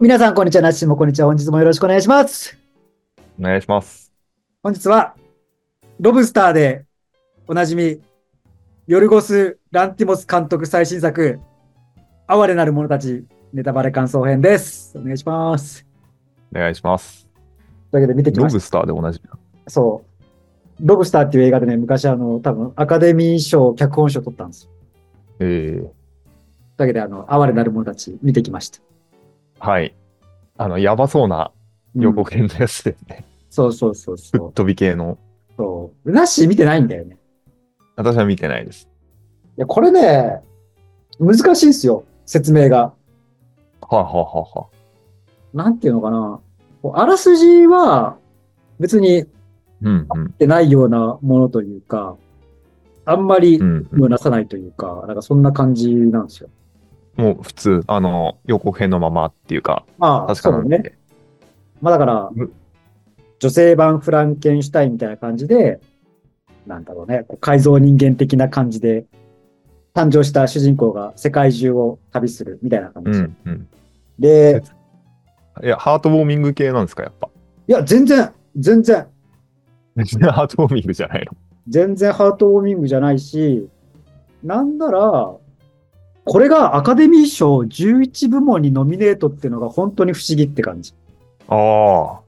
皆さん、こんにちは。なっしーもこんにちは。本日もよろしくお願いします。お願いします。本日は、ロブスターでおなじみ、ヨルゴス・ランティモス監督最新作、哀れなる者たち、ネタバレ感想編です。お願いします。お願いします。というわけで見てきロましブスターで同じみな。た。そう。ロブスターっていう映画でね、昔あの、多分アカデミー賞、脚本賞取ったんですよ。とええいうわけで、あの、哀れなる者たち見てきました。はい。あの、やばそうなうん予告編のやつですね。そうそうそうぶそっう。飛び系の。そうナッシー見てないんだよね。私は見てないです。いや、これね、難しいんですよ。説明が。はあ、はあはあはあ、なんていうのかな。こうあらすじは別にうんうん出ないようなものというか、あんまりう意ん味をなさないというか、なんかそんな感じなんですよ。うん。もう普通、あの、予告編のままっていうか、まあ、確そかうだなんね。で。まあだからうん、女性版フランケンシュタインみたいな感じで、なんだろうね、こう改造人間的な感じで、誕生した主人公が世界中を旅するみたいな感じ。うんうん。で、いや、ハートウォーミング系なんですか、やっぱ。 いや、全然、全然、別にハートウォーミングじゃないの。全然ハートウォーミングじゃないし、なんなら、これがアカデミー賞11部門にノミネートっていうのが本当に不思議って感じ。ああ。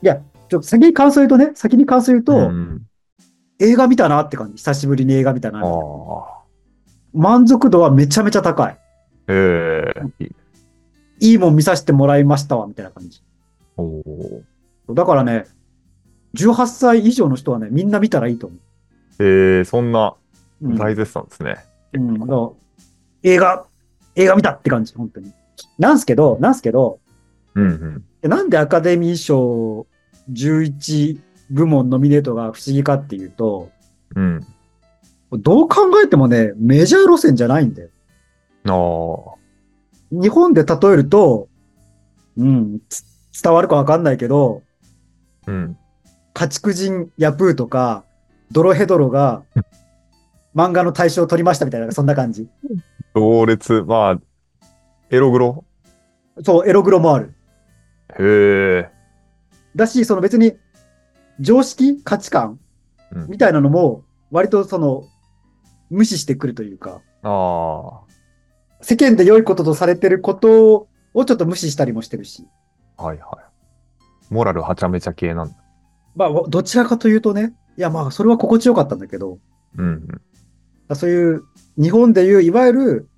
ちょっと先に感想言うとね、先に感想言うと、うん、映画見たなって感じ。久しぶりに映画見たあな。あ。満足度はめちゃめちゃ高い。ええいいもん見させてもらいましたわ、みたいな感じ。おお。だからね、18歳以上の人はね、みんな見たらいいと思ええそんなう。うん大絶賛ですね。うん、だから映画、映画見たって感じ、本当に。なんすけど、なんすけど、うんうん。でなんでアカデミー賞11部門ノミネートが不思議かっていうと、うん。どう考えてもね、メジャー路線じゃないんだよ。ああ。日本で例えると、うん、つ伝わるかわかんないけど、うん。家畜人ヤプーとか、ドロヘドロが漫画の対象を取りましたみたいな、そんな感じ。同列、まあ、エログロそう、エログロもある。へえ。だし、その別に常識価値観うんみたいなのも、割とその、無視してくるというか、あ世間で良いこととされてることをちょっと無視したりもしてるし、あ。はいはい。モラルはちゃめちゃ系なんだ。まあ、どちらかというとね、いや、まあ、それは心地よかったんだけど、うんそういう、日本でいう、いわゆる、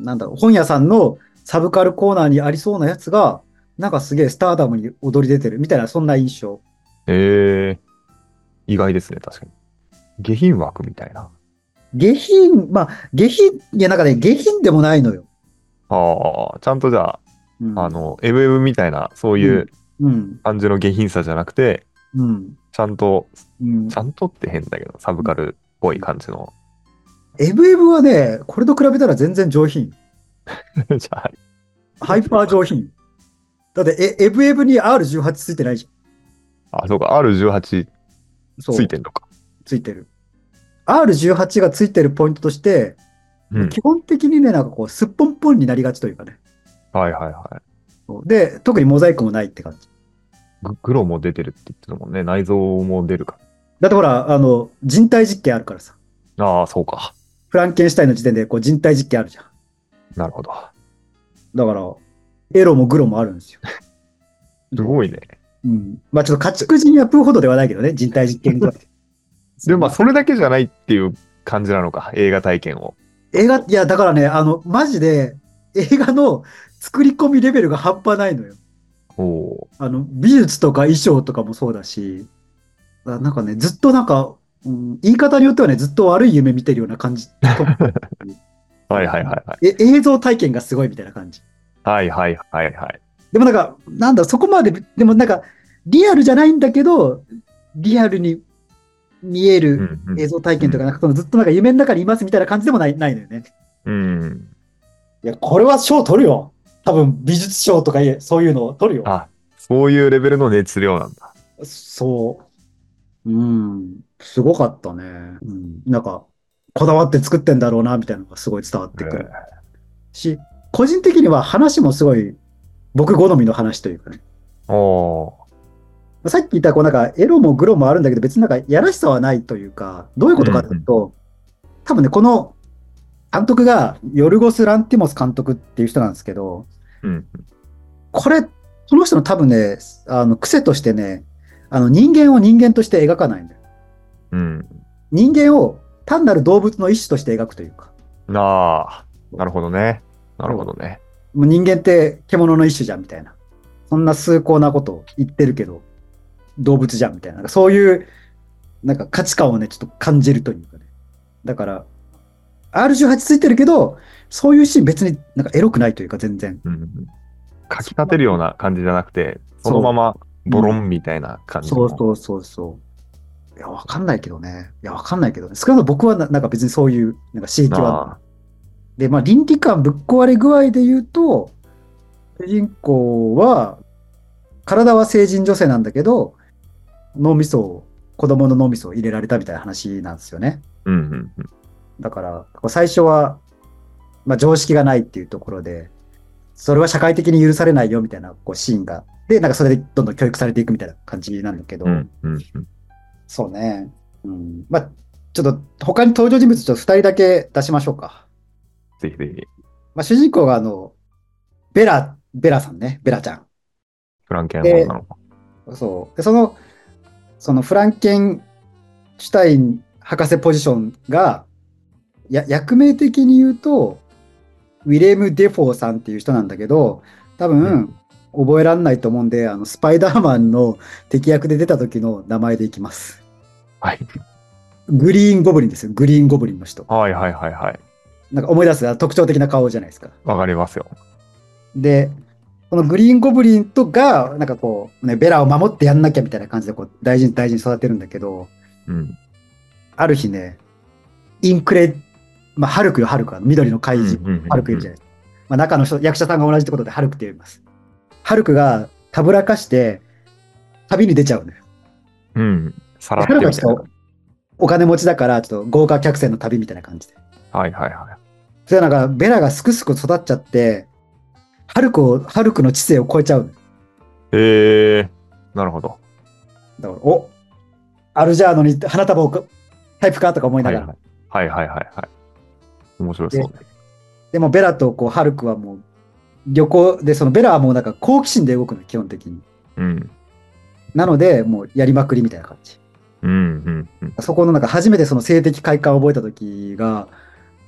なんだろう、本屋さんのサブカルコーナーにありそうなやつが、なんかすげえスターダムに踊り出てるみたいな、そんな印象。うん。へえ。意外ですね、確かに。下品枠みたいな。下品、まあ、下品、いや、なんかね、下品でもないのよ。ああ、ちゃんとじゃうん、あ、あの、エブエブみたいな、そういううん、感じの下品さじゃなくて、うん、ちゃんと、うんち。ゃんとって変だけど、サブカルっぽい感じの。エブエブはね、これと比べたら全然上品。じゃあ、ハイパー上品。だって、えエブエブに R18 ついてないじあ、そうか、R18 ゃん。そうついてんのか。ついてる。R18 がついてるポイントとして、うん。基本的にね、なんかこう、すっぽんぽんになりがちというかね。はいはいはい。そうで、特にモザイクもないって感じ。ググロも出てるって言ってたもんね。内臓も出るかだってほら、あの、人体実験あるからさ。ら。ああ、そうか。フランケンシュタインの時点でこう人体実験あるじゃん。なるほど。だから、エロもグロもあるんですよ。すごいね。うん。まあちょっと家畜人やプーほどではないけどね、人体実験ぐらい でもまあそれだけじゃないっていう感じなのか、映画体験を。映画、いや、だからね、あの、マジで、映画の作り込みレベルが半端ないのよ。おおあの、美術とか衣装とかもそうだし、あなんかね、ずっとなんか、うん、言い方によってはね、ずっと悪い夢見てるような感じ。ー。はいはいはいはい。 え映像体験がすごいみたいな感じ。はいはいはいはい。でもなんか、なんだ、そこまで、でもなんか、リアルじゃないんだけど、リアルに見えうるん、映像体験とか、なんかそのずっとなんか夢の中にいますみたいな感じでもない、ないのよね。うん。うん。いや、これは賞取るよ。多分、美術賞とかいえそういうのを取るよ。あ、そういうレベルの熱量なんだ。そう。うん。すごかったね。うん。なんか、こだわって作ってんだろうな、みたいなのがすごい伝わってくるし、個人的には話もすごい僕好みの話というかね。おー。まあさっき言った、こうなんか、エロもグロもあるんだけど、別になんか、やらしさはないというか、どういうことかというと、多分ね、この監督が、ヨルゴス・ランティモス監督っていう人なんですけど、うん。これ、この人の多分ね、あの、癖としてね、あの、人間を人間として描かないんだよ。うん。人間を単なる動物の一種として描くというか、なあ。なるほどね。なるほどね。もう人間って獣の一種じゃんみたいな。そんな崇高なことを言ってるけど、動物じゃんみたいな。なんかそういう、なんか価値観をね、ちょっと感じるというかね。だから、R18 ついてるけど、そういうシーン別になんかエロくないというか全然。うん。かき立てるような感じじゃなくて、そのままボロンみたいな感じその。うそうそうそう。いや、わかんないけどね。いや、わかんないけどね。少なくとも僕はななんか別にそういう、なんか刺激はなあ。で、まあ、倫理観ぶっ壊れ具合で言うと、主人公は、体は成人女性なんだけど、脳みそを、子供の脳みそを入れられたみたいな話なんですよね。うんうんうん。だから、こう最初は、まあ、常識がないっていうところで、それは社会的に許されないよみたいなこうシーンが、で、なんかそれでどんどん教育されていくみたいな感じなんだけど、うんうんうん。そうね。うん。まあ、ちょっと他に登場人物ちょっと2人だけ出しましょうか。ぜひぜひ。まあ、主人公があの、ベラ、ベラさんね、ベラちゃん。フランケンモンなのか。そう。で、その、そのフランケンシュタイン博士ポジションが、や役名的に言うと、ウィレム・デフォーさんっていう人なんだけど、多分、覚えらんないと思うんで、あの、スパイダーマンの敵役で出た時の名前でいきます。はい。グリーンゴブリンですよ。グリーンゴブリンの人。はいはいはいはい。なんか思い出すあの特徴的な顔じゃないですか。わかりますよ。で、このグリーンゴブリンとが、なんかこう、ね、ベラを守ってやんなきゃみたいな感じでこう大事に大事に育てるんだけど、うん。ある日ね、インクレ、まあ、ハルクよ、ハルクは、緑の怪うん人、うんうんうんハルクいるじゃないですか。まあ、中の人、役者さんが同じってことで、ハルクって呼びます。ハルクがたぶらかして、旅に出ちゃうのよ。うん。さらっハてルみクたはいちなょっとお金持ちだから、ちょっと豪華客船の旅みたいな感じで。はいはいはい。それはなんか、ベラがすくすく育っちゃって、ハルクを、ハルクの知性を超えちゃうのよえー、なるほど。だから、おアルジャーノに花束をかタイプかとか思いなはいがはら。いはいはいはいはい。面白そうね。でも、ベラとこうハルクはもう、旅行で、そのベラはもうなんか好奇心で動くの、基本的に。うん。なので、もうやりまくりみたいな感じ。うんうんうん。そこのなんか初めてその性的快感を覚えた時が、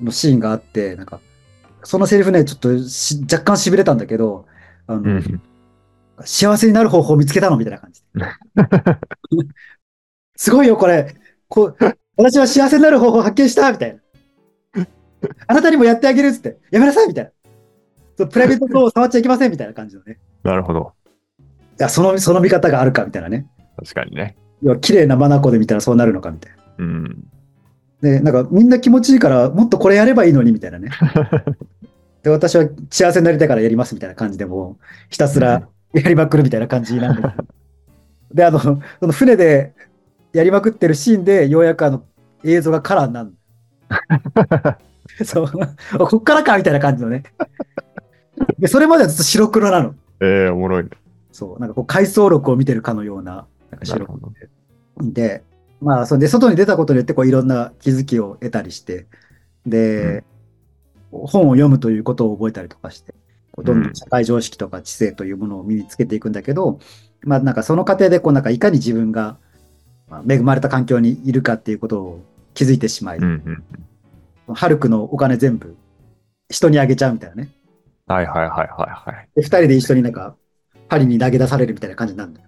のシーンがあって、なんか、そのセリフね、ちょっとし若干痺れたんだけど、あの、うん、幸せになる方法を見つけたのみたいな感じ。すごいよ、これ。こう、私は幸せになる方法を発見したみたいな。あなたにもやってあげるっつって。やめなさいみたいな。そうプライベートフローを触っちゃいけませんみたいな感じのね。なるほど。いや、その、その見方があるかみたいなね。確かにね。要は、綺麗な眼で見たらそうなるのかみたいな。うん。で、なんか、みんな気持ちいいから、もっとこれやればいいのにみたいなね。で、私は幸せになりたいからやりますみたいな感じでもう、ひたすら、やりまくるみたいな感じなんで。で、あの、その船でやりまくってるシーンで、ようやくあの、映像がカラーになる。そう。こっからかみたいな感じのね。で、それまではずっと白黒なの。えー、おもろいね。そう。なんかこう、回想録を見てるかのような、なんかなる白ほど。黒で。まあ、それで、外に出たことによって、こう、いろんな気づきを得たりして、で、本を読むということを覚えたりとかして、こうどんどん社会常識とか知性というものを身につけていくんだけど、まあなんかその過程でこうなんかいかに自分がまあ恵まれた環境にいるかっていうことを気づいてしまい、うんうん。ハルクのお金全部人にあげちゃうみたいなね。はいはいはいはいはい。で、二人で一緒になんかパリに投げ出されるみたいな感じになるのよ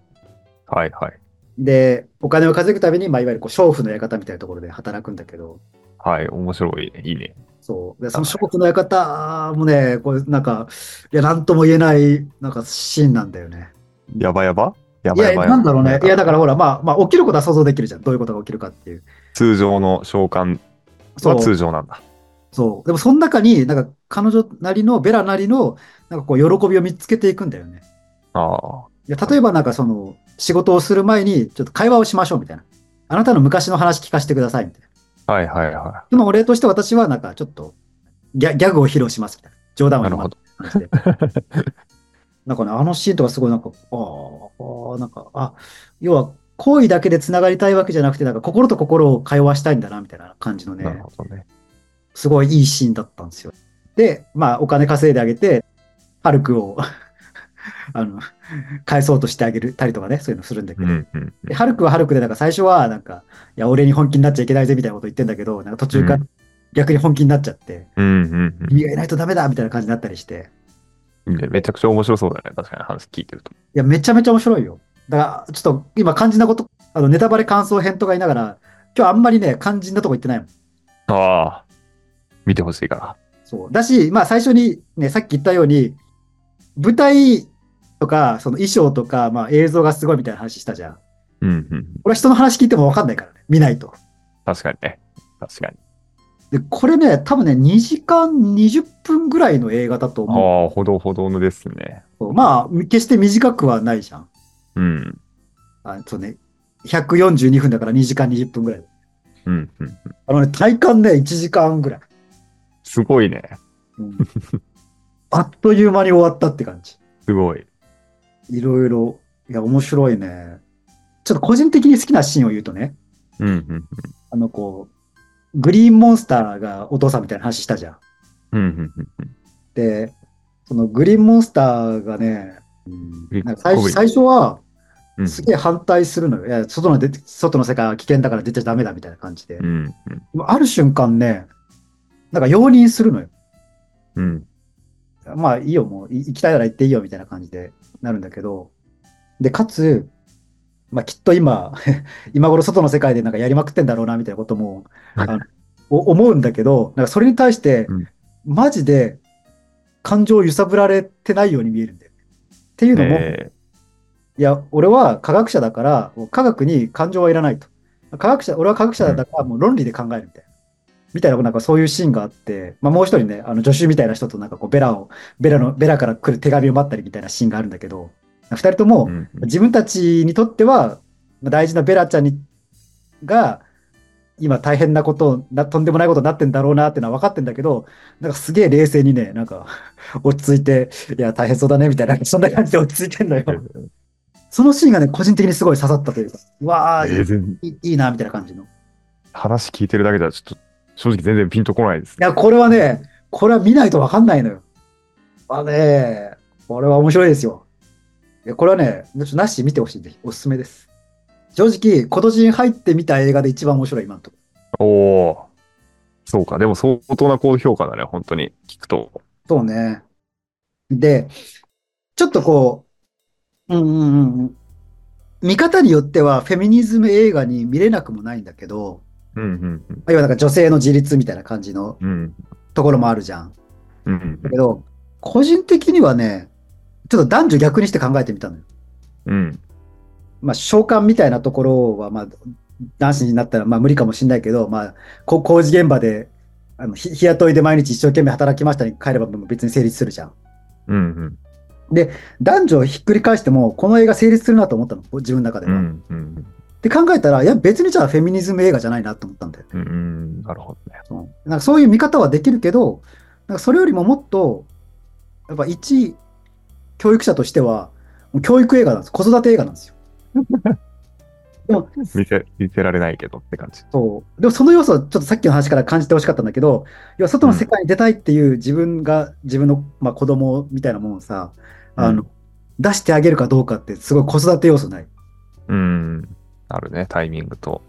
はいはい。で、お金を稼ぐために、まあいわゆるこう、娼婦の館みたいなところで働くんだけど、はい、面白いね。いいね。そう。で、その諸国の館もね、これなんか、いや、なんとも言えない、なんかシーンなんだよね。やばやばやいばや、やばなんだろうね。いや、だからほら、まあ、まあ、起きることは想像できるじゃん。どういうことが起きるかっていう。通常の召喚そはう。通常なんだ。そう。でも、その中に、なんか、彼女なりの、ベラなりの、なんかこう、喜びを見つけていくんだよね。あいや、例えばなんかその、仕事をする前に、ちょっと会話をしましょうみたいな。あなたの昔の話聞かせてくださいみたいな。あ。はいはいはでも、お礼として私は、なんか、ちょっとギャ、ギャグを披露しますみたいな。冗談い。はな言るわほないど。感じで。 なんかね、あのシーンとかすごいなんか、あーあー、なんか、あ、要は、恋だけでつながりたいわけじゃなくて、なんか心と心を通わしたいんだな、みたいな感じのなるね、ほどね。すごいいいシーンだったんですよ。で、まあ、お金稼いであげて、ハルクを、 あの、返そうとしてあげるたりとかね、そういうのするんだけうど。んうんで、ハルクはハルクで、なんか最初は、なんか、いや、俺に本気になっちゃいけないぜみたいなこと言ってんだけど、なんか途中かうら逆に本気になっちゃって、うん。うんうん君がいないとダメだみたいな感じになったりして、うんねめちゃくちゃ面白そうだね。確かに話聞いてると。いや、めちゃめちゃ面白いよ。だから、ちょっと今、肝心なこと、あのネタバレ感想編とか言いながら、今日あんまりね、肝心なとこ行ってないもん。ああ、見てほしいから。そう。だし、まあ最初にね、さっき言ったように、舞台とか、その衣装とか、まあ映像がすごいみたいな話したじゃん。うんうん。これは人の話聞いても分かんないからね、見ないと。確かにね。確かに。で、これね、多分ね、2時間20分ぐらいの映画だと思う。ああ、ほどほどのですね。まあ、決して短くはないじゃん。うん。あそうね、142分だから2時間20分ぐらい。うんうん。あのね、体感ね、1時間ぐらい。すごいね。うん あっという間に終わったって感じ。すごい。いろいろ。いや、面白いね。ちょっと個人的に好きなシーンを言うとね、うんうんあの、こう、グリーンモンスターがお父さんみたいな話したじゃん。うん。うんうんうんうん。で、そのグリーンモンスターがね、うんなんか最こ初び最初はうんすげえ反対するのよ。いや外ので外の世界は危険だから出ちゃダメだみたいな感じで。うでんもある瞬間ね、なんか容認するのよ。うんうん。まあいいよ、もうい行きたいなら行っていいよみたいな感じでなるんだけど、で、かつ、まあきっと今、 今頃外の世界でなんかやりまくってんだろうなみたいなことも、あのお思うんだけど、なんかそれに対してうん、マジで感情を揺さぶられてないように見えるんだよね。っていうのも、えいや、俺は科学者だから、もう科学に感情はいらないと。科学者、俺は科学者だから、もう論理で考えるみたいな。みたいな、なんかそういうシーンがあって、まあもう一人ね、あの助手みたいな人となんかこう、ベラを、ベラの、ベラから来る手紙を待ったりみたいなシーンがあるんだけど、二人とーうも、んうん自分たちにとっては、まあ大事なベラちゃんに、が、今大変なことな、とんでもないことになってんだろうなってのは分かってんだけど、なんかすげえ冷静にね、なんか 落ち着いて、いや、大変そうだねみたいな、そんな感じで落ち着いてんのよ。そのシーンがね、個人的にすごい刺さったというか、うわあ、えー全いいいいな、みたいな感じの。い話聞いてるだけじゃ、ちょっと正直全然ピンとこないです。や、これはね、これは見ないとわかんないのよ。まあね、これは面白いですよ。いや、これはね、ちょっとなし見てほしいんで、おすすめです。正直、今年入ってみた映画で一番面白い、今のとこおおー。そうか。でも相当な高評価だね。本当に。聞くと。ろ。そうね。で、ちょっとこう、うんうんうんうん。見方によっては、フェミニズム映画に見れなくもないんだけど、うんうんまあ要はなんか女性の自立みたいな感じのうん。うんところもあるじゃん。うんうんだけど、個人的にはね、ちょっと男女逆にして考えてみたのよ。うん。まあ、召喚みたいなところは、まあ、男子になったらまあ無理かもしれないけど、まあ、こ工事現場であの日日雇いで毎日一生懸命働きましたに帰ればもう別に成立するじゃん。うんうん。男女をひっくり返しても、この映画成立するなと思ったの、自分の中でうは。っんうんて考えたら、いや、別にじゃあフェミニズム映画じゃないなと思ったんだよね。うんうん。なるほどね。そうなんかそういう見方はできるけど、なんかそれよりももっと、やっぱ一教育者としては、もう教育映画なんです。子育て映画なんですよ。でも見せ、見せられないけどって感じ。そうでもその要素をちょっとさっきの話から感じてほしかったんだけど、要は外の世界に出たいっていう自分が、自分の、まあ、子供みたいなものをさ、あの、出してあげるかどうかって、すごい子育て要素ない。うん。あるね。タイミングと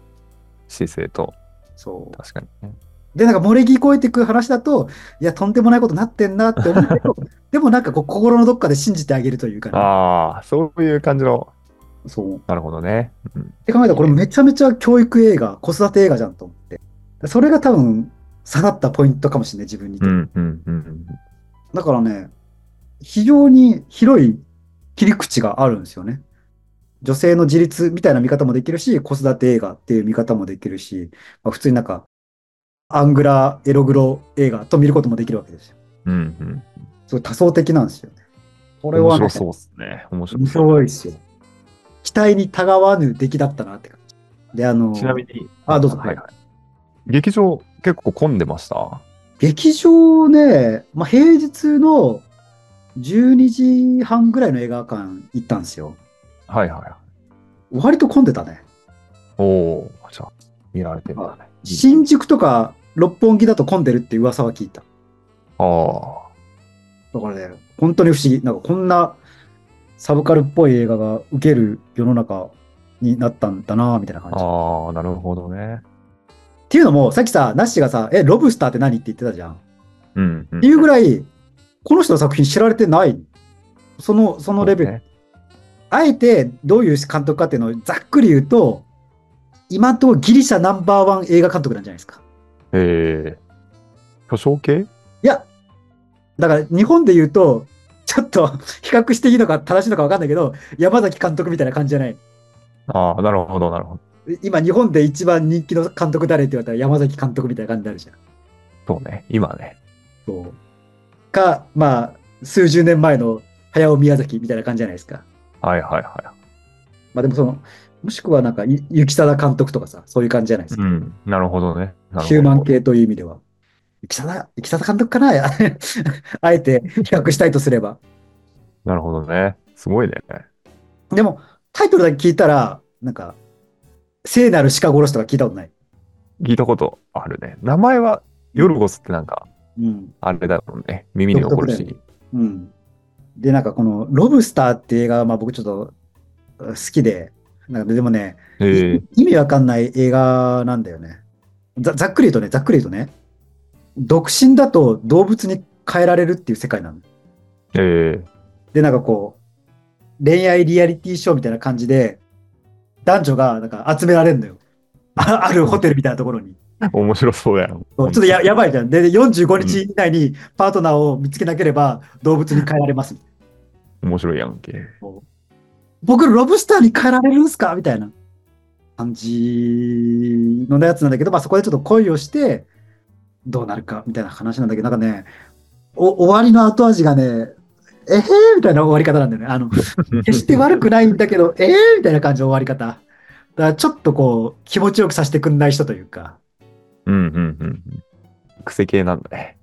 姿勢と。そう確かにね。で、なんか漏れ聞こえてく話だと、いや、とんでもないことなってんなって思うけど、でもなんかこう心のどっかで信じてあげるというかね、ああ、そういう感じの。そう。なるほどね。うんって考えたら、これめちゃめちゃ教育映画、子育て映画じゃんと思って。それが多分、下がったポイントかもしれない、自分にとうって、んうんうん。だからね、非常に広い切り口があるんですよね。女性の自立みたいな見方もできるし、子育て映画っていう見方もできるし、まあ、普通になんか、アングラ、エログロ映画と見ることもできるわけですよ。うんうん。すごい多層的なんですよね。これ面はね、白そうっすね。面白面そう。白いですよ。期待にたがわぬ出来だったなって感じ。で、あの、ちなみに。あどうぞはいはい。劇場結構混んでました。劇場ね、まあ、平日の12時半ぐらいの映画館行ったんですよ。はいはいはい。割と混んでたね。おお、じゃあ、見られてるんだね。新宿とか六本木だと混んでるって噂は聞いた。ああ、だからね、本当に不思議。なんかこんなサブカルっぽい映画が受ける世の中になったんだなぁみたいな感じ。っああ、なるほどね。ていうのも、さっきさ、ナッシーがさ、え、ロブスターって何って言ってたじゃん。っうん、うん。ていうぐらい、この人の作品知られてない。その、そのレベル。そうねあえて、どういう監督かっていうのをざっくり言うと、今のところギリシャナンバーワン映画監督なんじゃないですか。ええ巨匠系いや、だから日本で言うと、ちょっと 比較していいのか正しいのか分かんないけど、山崎監督みたいな感じじゃない。ああ、なるほど、なるほど。今日本で一番人気の監督誰って言われたら山崎監督みたいな感じになるじゃん。そうね、今ね。そうか、まあ、数十年前の早尾宮崎みたいな感じじゃないですか。はいはいはまあでもその、もしくはなんか、ゆ雪貞監督とかさ、そういう感じじゃないですい。うか。ん、なるほどね。なるほどヒューマン。系という意味では。雪貞、雪貞監督かな あえて比較したいとすれば。なるほどね。すごいね。でも、タイトルだけ聞いたら、なんか、聖なる鹿殺しとか聞いたことない。聞いたことあるね。名前は、ヨルゴスってなんか、うん。あれだもんね。耳に残る独特だし。うん。で、なんかこの、ロブスターって映画は、まあ僕ちょっと好きで、なんかでもね、ええ意味わかんない映画なんだよね。ざざっくり言うとね、ざっくり言うとね、独身だと動物に変えられるっていう世界なの。えで、なんかこう、恋愛リアリティショーみたいな感じで、男女がなんか集められるのよ。 ああるホテルみたいなところに。え面白そうやな。ちちょっとややばいじゃん。で、で45日以内にパートナーを見つけなければ動物に変えられます。面白いやんけ。僕、ロブスターに変えられるんすかみたいな感じのやつなんだけど、まあ、そこでちょっと恋をして、どうなるかみたいな話なんだけど、なんかね、お終わりの後味がね、えへーみたいな終わり方なんだよね。あの、決して悪くないんだけど、えへーみたいな感じの終わり方。だからちょっとこう、気持ちよくさせてくんない人というか、うんうんうんうん。癖系なんだね。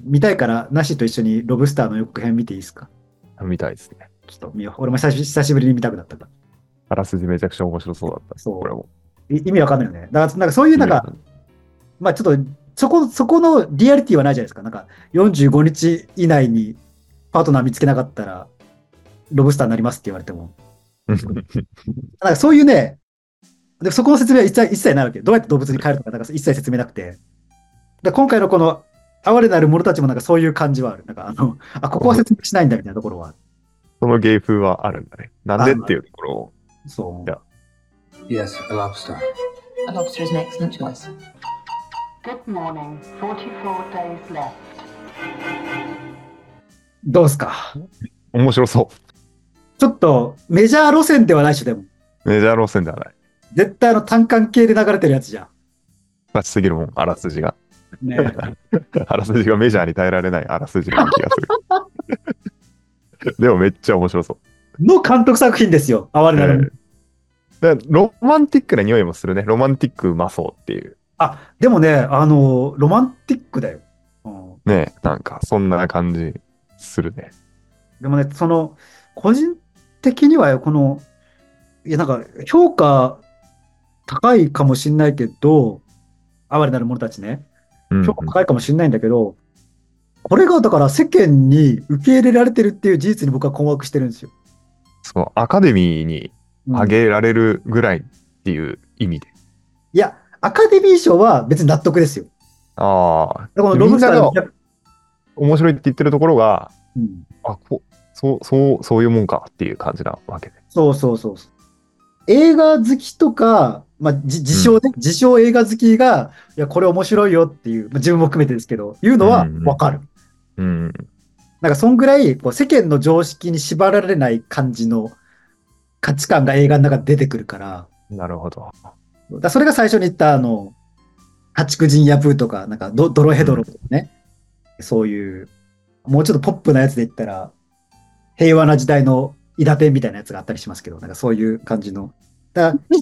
見たいから、ナシと一緒にロブスターの予告編見ていいですかみたいですね。ちょっと見よう。俺も久し久しぶりに見たくなったから。あらすじめちゃくちゃ面白そうだった。そうこれも。い意味わかんないよね。だから、なんかそういうなんか、まあちょっと、そこ、そこのリアリティはないじゃないですか。なんか、45日以内にパートナー見つけなかったら、ロブスターになりますって言われても。 なんかそういうね、でそこの説明は一切一切ないわけ。どうやって動物に変えるとか、なんか一切説明なくて。で今回のこの、哀れなる者たちもなんかそういう感じはある。なんかあの、あ、ここは説明しないんだみたいなところは。その芸風はあるんだね。なんでっていうところを。そいやう。 Yes, a lobster. A lobster is an excellent choice. Good morning. 44 days left. どうすか。面白そちょっと、メジャー路線ではないし、でも。う。メジャー路線ではない。絶対あの単管系で流れてるやつじゃガチすぎるもん、あらすじが。 ん。ね。あらすじがメジャーに耐えられないあらすじな気がする。 でもめっちゃ面白そう。の監督作品ですよ。哀れなる者えーだからロマンティックな匂いもするね。ロマンティックうまそうっていう。あ、でもね、あの、ロマンティックだよ。うん、ねなんかそんな感じするね。でもね、その、個人的にはよこの、いや、なんか、評価高いかもしんないけど、哀れなる者たちね、うん評価高いかもしんないんだけど、これがだから世間に受け入れられてるっていう事実に僕は困惑してるんですよ。そうアカデミーにうんあげられるぐらいっていう意味で。いや、アカデミー賞は別に納得ですよ。ああ、このロブスターのみんな面白いって言ってるところが、うんあこそうそうそういうもんかっていう感じなわけで。そうそうそうそう。映画好きとか、まあ、じ自称ね、自称映画好きが、いや、これ面白いよっていう、まあ自分も含めてですけど、言うのはうんうんわかる。うん、なんか、そんぐらい、こう、世間の常識に縛られない感じの価値観が映画の中で出てくるから、なるほど。だからそれが最初に言った、あの、八九人やブーとか、なんかド、ドロヘドロとかね、そういう、もうちょっとポップなやつで言ったら、平和な時代の伊達みたいなやつがあったりしますけど、なんかそういう感じの。だから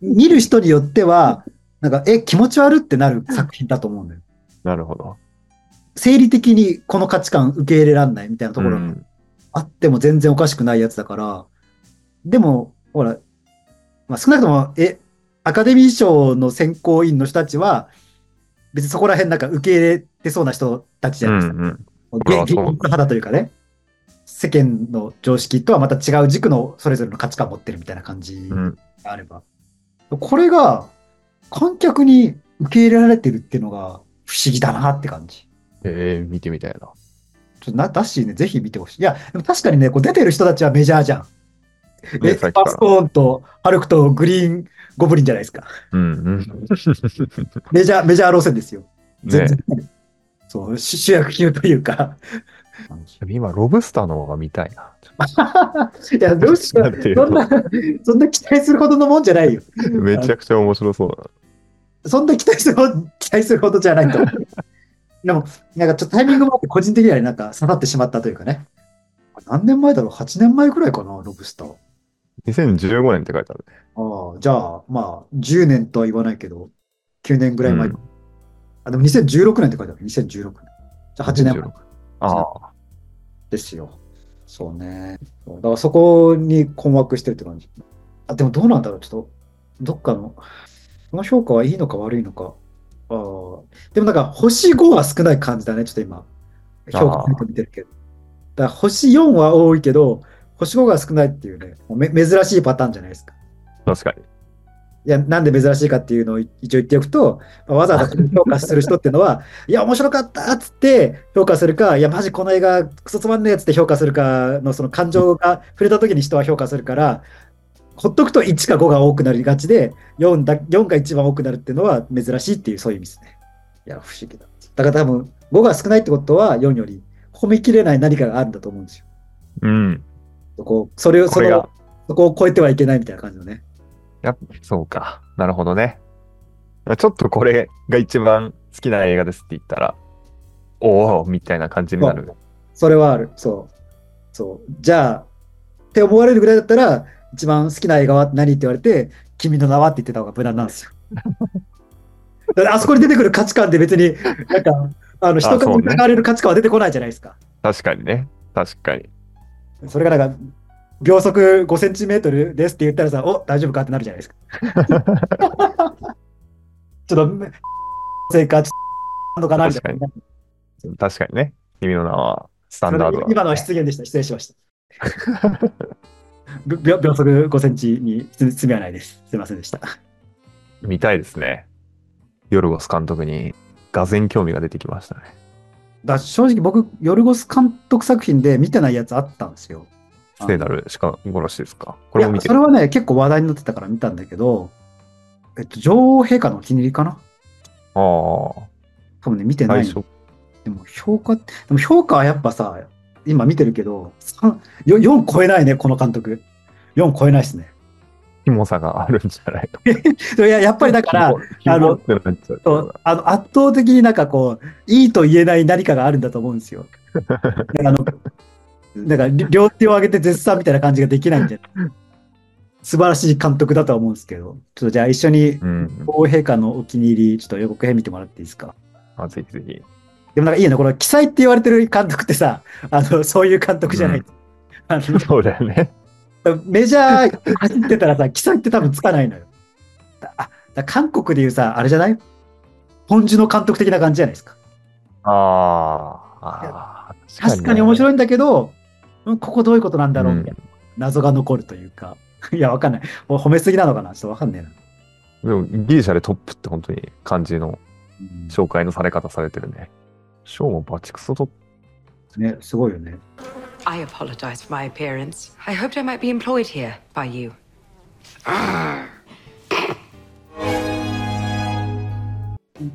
見る人によっては、なんか、え、気持ち悪ってなる作品だと思うんだよ。なるほど。生理的にこの価値観受け入れらんないみたいなところうんがあっても全然おかしくないやつだから、でも、ほら、まあ、少なくとも、え、アカデミー賞の選考委員の人たちは、別にそこら辺なんか受け入れてそうな人たちじゃなういんですか。うんげああ現実そう派だというかね、世間の常識とはまた違う軸のそれぞれの価値観を持ってるみたいな感じうんがあれば。これが観客に受け入れられてるっていうのが不思議だなって感じ。えー、見てみたいな。ちょっとなダッシーね、ぜひ見てほしい。いや、でも確かにね、こう出てる人たちはメジャーじゃん。ねえさっきパからスコーンとハルクとグリーンゴブリンじゃないです か。うんうん。メジャー、メジャー路線ですよ。全ね然。そう、主主役級という か。今、ロブスターの方が見たいな。いや、どうしなよんうていうそんのな、そんな期待するほどのもんじゃないよ。 めちゃくちゃ面白そうだそんな期待するほど、 期待するほどじゃない と思う。でも、なんかちょっとタイミングもあって、個人的にはねなんか刺さってしまったというかね。何年前だろう ?8 年前くらいかな、ロブスター。な。2015年って書いてあるね。ああ、じゃあ、まあ、10年とは言わないけど、9年ぐらい前。うんあ、でも2016年って書いてある。2016年。じゃあ8年前2016ああ。ですよ。そうね。だからそこに困惑してるって感じ。あ、でもどうなんだろうちょっと、どっかの、この評価はいいのか悪いのか。あーでもなんか、星5は少ない感じだね、ちょっと今。評価見てるけど。だから星4は多いけど、星5が少ないっていうね、もうめ珍しいパターンじゃないですか。確かに。いや、なんで珍しいかっていうのを一応言っておくと、まあわざわざこれ評価する人っていうのは、 いや、面白かったっつって評価するか、いや、マジこの映画クソつまんねえっつって評価するかのその感情が触れた時に人は評価するから、ほっとくと1か5が多くなりがちで、4, だ4が一番多くなるっていうのは珍しいっていうそういう意味ですね。いや、不思議だ。だから多分、5が少ないってことは4より褒めきれない何かがあるんだと思うんですよ。うん。そこそれをこそれのが、そこを超えてはいけないみたいな感じのね。やっぱそうか。なるほどね。ちょっとこれが一番好きな映画ですって言ったら、おおみたいな感じになる。それはある。そう。そう。じゃあ、って思われるぐらいだったら、一番好きな映画は何って言われて、君の名はって言ってた方が無難なん ですよ。だからあそこに出てくる価値観って別に、なんか、あの人からそうね疑われる価値観は出てこないじゃないですか。確かにね。確かに。それがなんか、秒速5センチメートルですって言ったらさ、お大丈夫かってなるじゃないですか。 ちょっと、生活のかなみたいな。確かにね。君の名はスタンダードだ。今のは失言でした。失礼しま した。び秒秒速5センチに罪罪はないです。すみませんでした。見たいですね。ヨルゴス監督に、がぜ興味が出てきましたね。だ正直僕、ヨルゴス監督作品で見てないやつあったんですよ。聖なる鹿殺しですか。いこれやも見、てそれはね、結構話題になってたから見たんだけど、えっと、女王陛下のお気に入りかなああ。多分ね、見てな最い。初。でも評価、でも評価はやっぱさ、今見てるけど、三よ4超えないね、この監督。4超えないですね。キモさがあるんじゃないのいや、やっぱりだから、キモってなっちゃうそうあの圧倒的になんかこう、いいと言えない何かがあるんだと思うん ですよ。あのだからり両手を上げて絶賛みたいな感じができないんじゃない素晴らしい監督だとは思うんですけど、ちょっとじゃあ一緒にうん。王陛下のお気に入り、ちょっと予告編見てもらっていいですか。あぜひぜひ。でもなんかいいよね、この記載って言われてる監督ってさ、あのそういう監督じゃない。うんあそうだよね。のメジャー走ってたらさ、記載って多分つかないのよ。だあだ韓国でいうさ、あれじゃない本樹の監督的な感じじゃないですか。あああー。確かに面白いんだけど、うんここどういうことなんだろううんみたいな、謎が残るというか、 いや、わかんない。もう褒めすぎなのかなちょっとわかんないな。でもギリシャでトップって本当に漢字のうん紹介のされ方されてるね。賞もバチクソとね、すごいよね。 I apologize for my appearance. I hoped I might be employed here by you.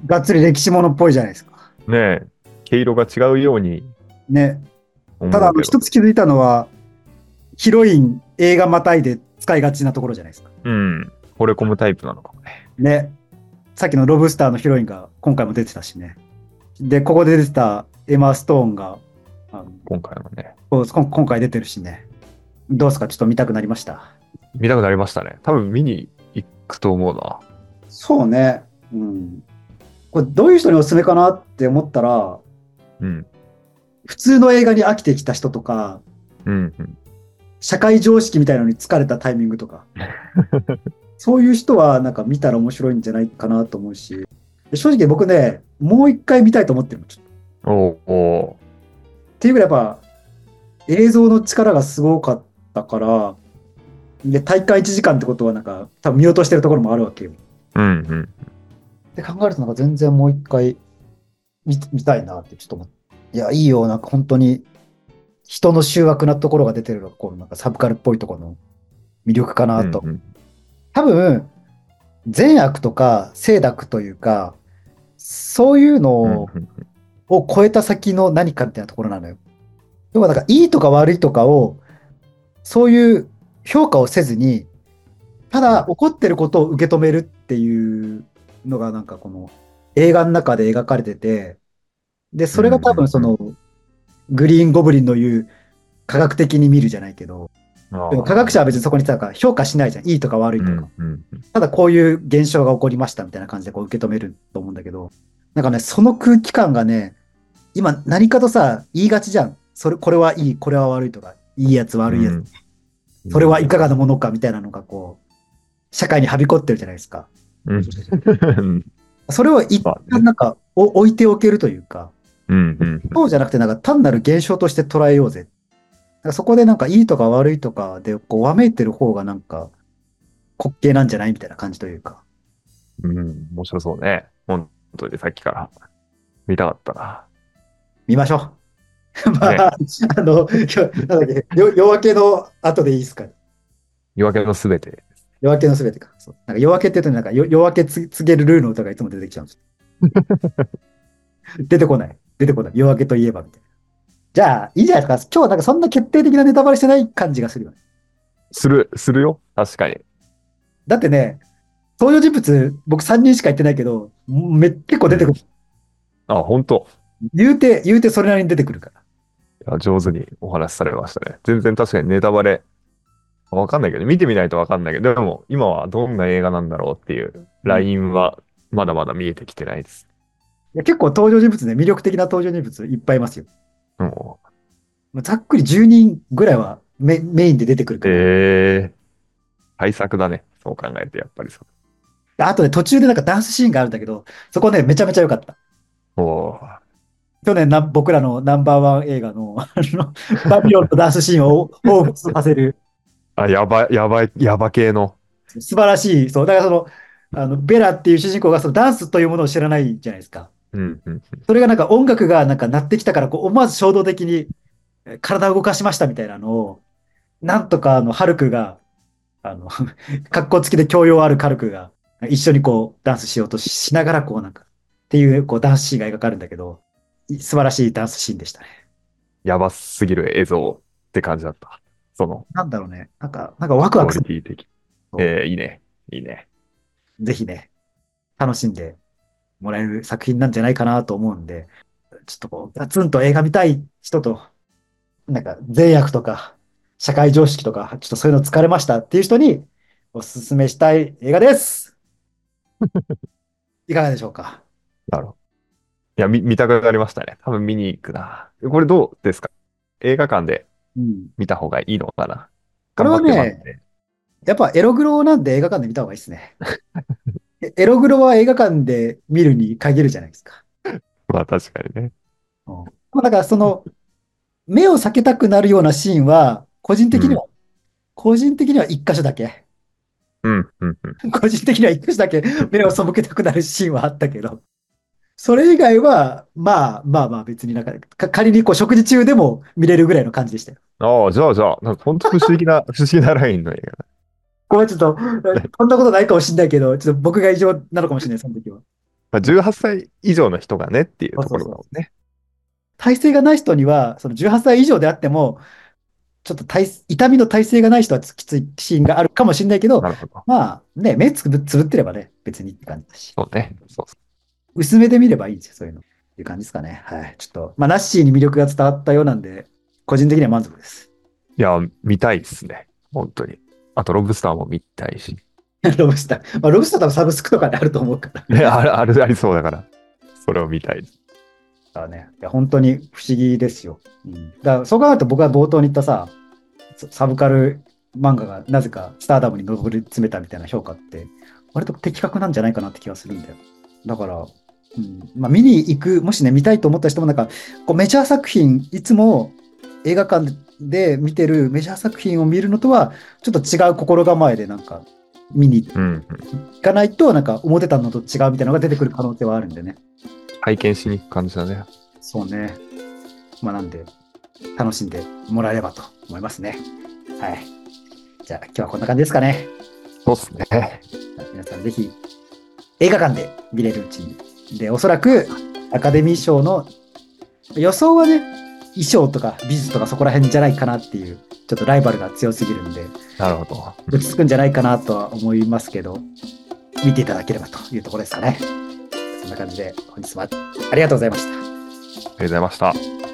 がっつり歴史ものっぽいじゃないですか。ねえ毛色が違うようにね、思うけど。ただあの、一つ気づいたのは、ヒロイン、映画またいで使いがちなところじゃないですか。うん。惚れ込むタイプなのかもね。ね、さっきのロブスターのヒロインが今回も出てたしね。で、ここで出てたエマ・ストーンが、あの今回もね。こうこん今回出てるしね。どうですかちょっと見たくなりました。見たくなりましたね。多分見に行くと思うな。そうね。うん。これどういう人におすすめかなって思ったら、うん。普通の映画に飽きてきた人とか、うん。うん社会常識みたいなのに疲れたタイミングとか、そういう人はなんか見たら面白いんじゃないかなと思うし、で正直僕ね、もう一回見たいと思ってるの。ちょっとおーおっていうぐらいやっぱ映像の力がすごかったから、で、体感1時間ってことはなんか多分見落としてるところもあるわけよ。ー。うんうん。で考えるとなんか全然もう一回見見たいなってちょっと思って。いや、いいよ、なんか本当に人の醜悪なところが出てるのが、このなんかサブカルっぽいところの魅力かなと。うんうん多分、善悪とか性悪というか、そういうのうんうんを超えた先の何かみたいなところなのよ。要はなんかいいとか悪いとかを、そういう評価をせずに、ただ怒ってることを受け止めるっていうのがなんかこの映画の中で描かれてて、で、それが多分その、グリーンゴブリンの言う科学的に見るじゃないけど、あでもー科学者は別にそこになんか評価しないじゃん。いいとか悪いとか。うんうんうんただこういう現象が起こりましたみたいな感じでこう受け止めると思うんだけど、なんかね、その空気感がね、今何かとさ、言いがちじゃん。それ、これはいい、これは悪いとか、いいやつ悪いやつ、うんそれはいかがなものかみたいなのがこう、社会にはびこってるじゃないですか。うんうんそれを一まあ旦ねなんか、お置いておけるというか、うんうんそうじゃなくてなんか単なる現象として捉えようぜ。なんかそこでなんかいいとか悪いとかでこう、わめいてる方がなんか、滑稽なんじゃないみたいな感じというか。うん。面白そうね。本当にさっきから見たかったな。見ましょう。 まあ、ねあの、よなんだっけ、よ夜明けの後でいいですか夜明けのすべて。夜明けのすべてか。そうなんか夜明けって言うと、なんかよ夜明けつ告げるルーの歌がいつも出てきちゃうんですよ。出てこない。出てこない。夜明けといえばみたいな。じゃあ、いいじゃないですか。今日はなんかそんな決定的なネタバレしてない感じがするよね。する、するよ。確かに。だってね、登場人物、僕3人しか言ってないけど、め結構出てくる。あ、本当。言うて、言うてそれなりに出てくるから。いや上手にお話しされましたね。全然確かにネタバレ、わかんないけど、見てみないとわかんないけど、でも今はどんな映画なんだろうっていうラインはまだまだ見えてきてないです。いや結構登場人物ね、魅力的な登場人物いっぱいいますよ。もまあざっくり10人ぐらいはメメインで出てくるうから、えー、対策だね。そう考えて、やっぱりそあとね、途中でなんかダンスシーンがあるんだけど、そこね、めちゃめちゃ良かった。う。お去年な、僕らのナンバーワン映画の、 あの、バビロンのダンスシーンを 彷彿させる、あ、やばい、やばい、やば系の。素晴らしい、そう、だからその、あの、ベラっていう主人公がそのダンスというものを知らないじゃないですか。うん、うん。それがなんか音楽がなんか鳴ってきたから、こう、思わず衝動的にえ体を動かしましたみたいなのを、なんとかあの、ハルクが、あの、 格好付きで教養あるカルクが、一緒にこう、ダンスしようとししながら、こうなんか、っていう、こう、ダンスシーンが描かれるんだけど、い素晴らしいダンスシーンでしたね。やばすぎる映像って感じだった。その、なんだろうね。なんか、なんかワククワオクすリる。ティ的。えー、いいね。いいね。ぜひね、楽しんでもらえる作品なんじゃないかなと思うんで、ちょっとこう、ガツンと映画見たい人と、なんか、善悪とか、社会常識とか、ちょっとそういうの疲れましたっていう人に、おすすめしたい映画です いかがでしょうかなるほど。いや、見、見たくなりましたね。多分見に行くな。これどうですか映画館でうん。見た方がいいのかなこれはね頑張って待ってやっぱエログロなんで映画館で見た方がいいですね。 えエログロは映画館で見るに限るじゃないですか。まあ確かにね。まあだからその、目を避けたくなるようなシーンは、個人的には、個人的には一箇所だけ。 うん、うん、うん。個人的には一箇所だけ目を背けたくなるシーンはあったけど、それ以外は、まあまあまあ別になんか、か仮にこう食事中でも見れるぐらいの感じでしたよ。ああ、じゃあじゃあ、なんか本当不思議な、不思議なラインの映画だ。ごめん、ちょっと、こんなことないかもしれないけど、ちょっと僕が異常なのかもしれない、その時は。まあ、18歳以上の人がねっていうところだもんね。耐性がない人には、その18歳以上であっても、ちょっと耐痛みの耐性がない人はきついシーンがあるかもしれないけど、なるほど。まあね、目つぶつぶってればね、別にって感じだし。そうね。そうそ薄めで見ればいいんですよ、そういうの。っていう感じですかね。はい。ちょっと、まあ、ナッシーに魅力が伝わったようなんで、個人的には満足です。 ういや、見たいですね。本当に。あと、ロブスターも見たいし。ロブスター。まあ、ロブスター多分サブスクとかであると思うから。ね、ある、ある、ありそうだから。それを見たいです。だからね、いや本当に不思議ですよ。うん、だからそう考えると僕は冒頭に言ったさ、ササブカル漫画がなぜかスターダムに上り詰めたみたいな評価って、割と的確なんじゃないかなって気がするんだよ。だから、うんまあ、見に行く、もしね、見たいと思った人も、なんか、こうメジャー作品、いつも映画館で見てるメジャー作品を見るのとは、ちょっと違う心構えで、なんか、見にうん。行かないと、なんか、思ってたのと違うみたいなのが出てくる可能性はあるんでね。拝見しに行く感じだね。そうね。まあ、なんで、楽しんでもらえればと思いますね。はい。じゃあ、今日はこんな感じですかね。そうっすね。皆さんぜひ映画館で見れるうちに。で、おそらくアカデミー賞の予想はね、衣装とか美術とかそこら辺じゃないかなっていう、ちょっとライバルが強すぎるんで、なるほど。落ち着くんじゃないかなとは思いますけど、見ていただければというところですかね。そんな感じで本日はありがとうございました。ありがとうございました。